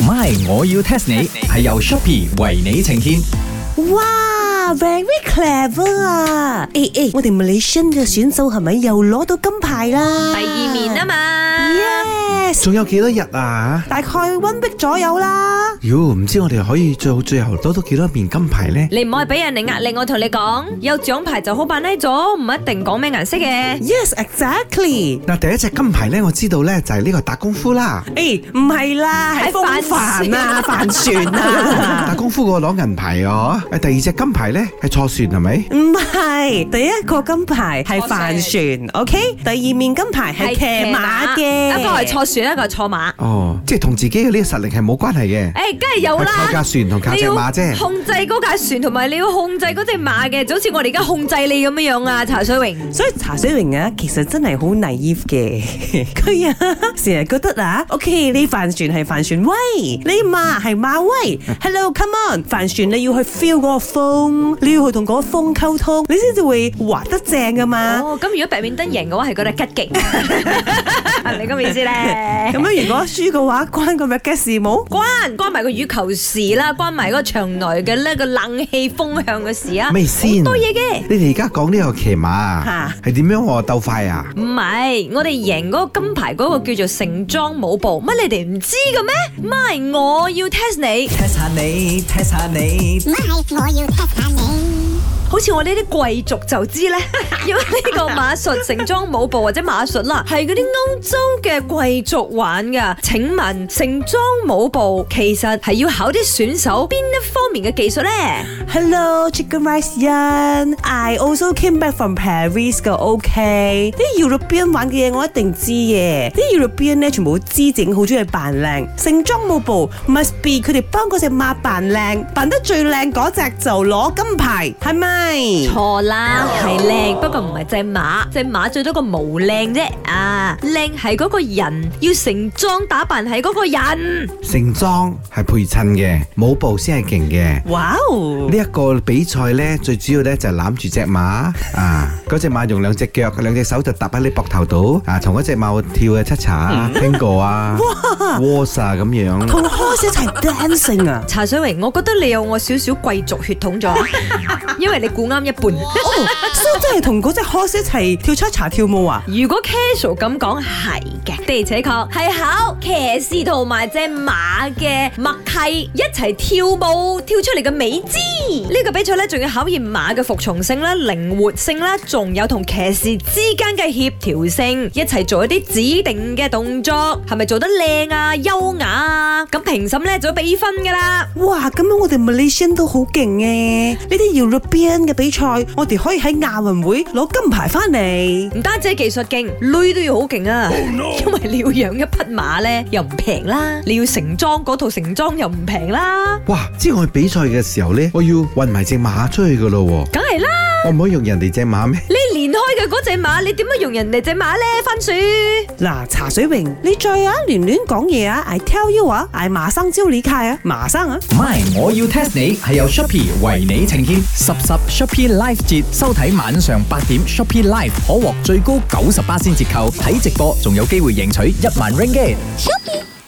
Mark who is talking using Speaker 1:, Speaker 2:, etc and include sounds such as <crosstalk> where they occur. Speaker 1: MY，我要 test 你係由 Shopee 為你呈現。
Speaker 2: 哇，very clever à. 啊！誒誒，我哋 Malaysian 嘅選手係咪又攞到金牌啦？
Speaker 3: 第二面啊嘛，
Speaker 2: ，yes，
Speaker 4: 仲有幾多日啊？
Speaker 2: 大概 one week 左右啦。
Speaker 4: 妖，唔知我哋可以最好最後攞到幾多面金牌呢？
Speaker 3: 你唔可以俾人哋壓力，我同你講，有獎牌就好扮低咗，唔一定講咩顏色嘅。
Speaker 2: Yes，exactly。
Speaker 4: 嗱，第一隻金牌呢，我知道呢就係呢個打功夫啦，
Speaker 2: 誒，唔係啦，係
Speaker 3: 係
Speaker 2: 風
Speaker 3: 帆
Speaker 2: 帆啊，帆船啊，
Speaker 4: 打功夫我攞銀牌哦。誒第二隻金牌呢係坐船係咪？
Speaker 2: 唔係，第一個金牌係帆船，OK，第二面金牌係騎馬嘅，
Speaker 3: 一個係坐船，一個係坐馬。
Speaker 4: 哦，即係同自己嘅呢個實力係冇關係嘅。
Speaker 3: 誒，梗係有啦
Speaker 4: 係靠架船同，靠
Speaker 3: 你
Speaker 4: 隻
Speaker 3: 要
Speaker 4: 馬啫
Speaker 3: 控制嗰架船，同埋你要控制嗰隻馬嘅，就好似我哋而家控制你咁樣樣啊，茶水榮。
Speaker 2: 所以茶水榮啊，其實真係好 naive 嘅， <laughs> 佢啊成日覺得啊，OK，你帆船係帆船威，你馬係馬威，Hello，come on，帆船你要去 feel 嗰個風，你要去同嗰個風溝通，你先至會滑得正噶嘛。
Speaker 3: 哦，咁如果白面燈贏嘅話，係覺得 <laughs> 吉勁，係咪咁嘅意思咧
Speaker 2: 咁？樣如果輸嘅話，關個 r a c 事冇？
Speaker 3: 關關埋個羽球事啦，關埋嗰個場內嘅呢個冷氣風向嘅事啊，
Speaker 4: 咩先？
Speaker 3: 好多嘢嘅。
Speaker 4: 你哋而家講呢個騎馬
Speaker 2: 嚇
Speaker 4: 啊係點樣喎？鬥快啊？
Speaker 3: 唔係，我哋贏嗰個金牌嗰個叫做盛裝舞步，乜你哋唔知嘅咩？咪我要 test 你，
Speaker 1: test 下你，test 下你。
Speaker 5: My，我要 test 下你。
Speaker 3: 好似我呢啲貴族就知咧， <laughs> 因為呢個馬術盛裝舞步或者馬術啦，係嗰啲歐洲嘅貴族玩噶。請問盛裝舞步其實係要考啲選手邊一方面嘅技術呢？
Speaker 2: Hello, Chicken Rice Yan. I also came back from Paris 嘅 OK。啲 European 玩嘅嘢我一定知嘅。啲 European 咧全部好知整，好中意扮靚。盛裝舞步 must be 佢哋幫嗰只馬扮靚，扮得最靚嗰只就攞金牌，係咪？
Speaker 3: 錯啦，係靚，不過唔係隻馬，隻馬最多個模靚啫。啊，靚係嗰個人要盛裝打扮係嗰個人。
Speaker 4: 盛裝係陪襯嘅，舞步先係勁嘅。
Speaker 2: 哇哦
Speaker 4: 呢！一個比賽呢，最主要呢就係攬住只馬啊，嗰只馬用兩隻腳、兩隻手就搭喺你膊頭度啊，同嗰隻馬跳嘅七茶啊、bingo 啊、waltz 啊咁樣。
Speaker 2: 同 horse 一齊 dancing 啊！
Speaker 3: 茶水榮，我覺得你有我少少貴族血統咗，因為你估啱一半。
Speaker 2: 哦，所以真係同嗰只 horse 一齊跳出茶跳舞啊！
Speaker 3: 如果 casual 咁講係嘅，的而且確係考騎士同埋隻馬嘅默契，一齊跳舞跳出嚟嘅美姿。呢、個比賽咧，仲要考驗馬嘅服從性啦、靈活性啦，仲有同騎士之間嘅協調性，一齊做一啲指定嘅動作，係咪做得靚啊、優雅啊？咁評審咧就要俾分噶啦。
Speaker 2: 哇，咁樣我哋 Malaysian 都好勁嘅，呢啲 European 嘅比賽，我哋可以喺亞運會攞金牌翻嚟。
Speaker 3: 唔單止係技術勁，女都要好勁啊 <laughs> 因為你要養一匹馬咧又唔平啦，你要盛裝嗰套盛裝又唔平啦，
Speaker 4: 哇！之後去比賽嘅時候呢，我要運埋只馬出去噶咯喎，
Speaker 3: 梗係啦！
Speaker 4: 我唔可以用人哋只馬咩？
Speaker 3: 你連開嘅嗰只馬，你點樣用人哋只馬咧？番薯
Speaker 2: 嗱，茶水榮，你再啊亂亂講嘢啊！I tell you 啊，I 麻生招你契啊，麻生啊！
Speaker 1: My，我要 test 你係由 Shopee 為你呈現。十十 Shopee Live 節收睇晚上八點，Shopee Live 可獲最高九十八先折扣，睇直播仲有機會贏取一萬 ringgit。
Speaker 5: Shopee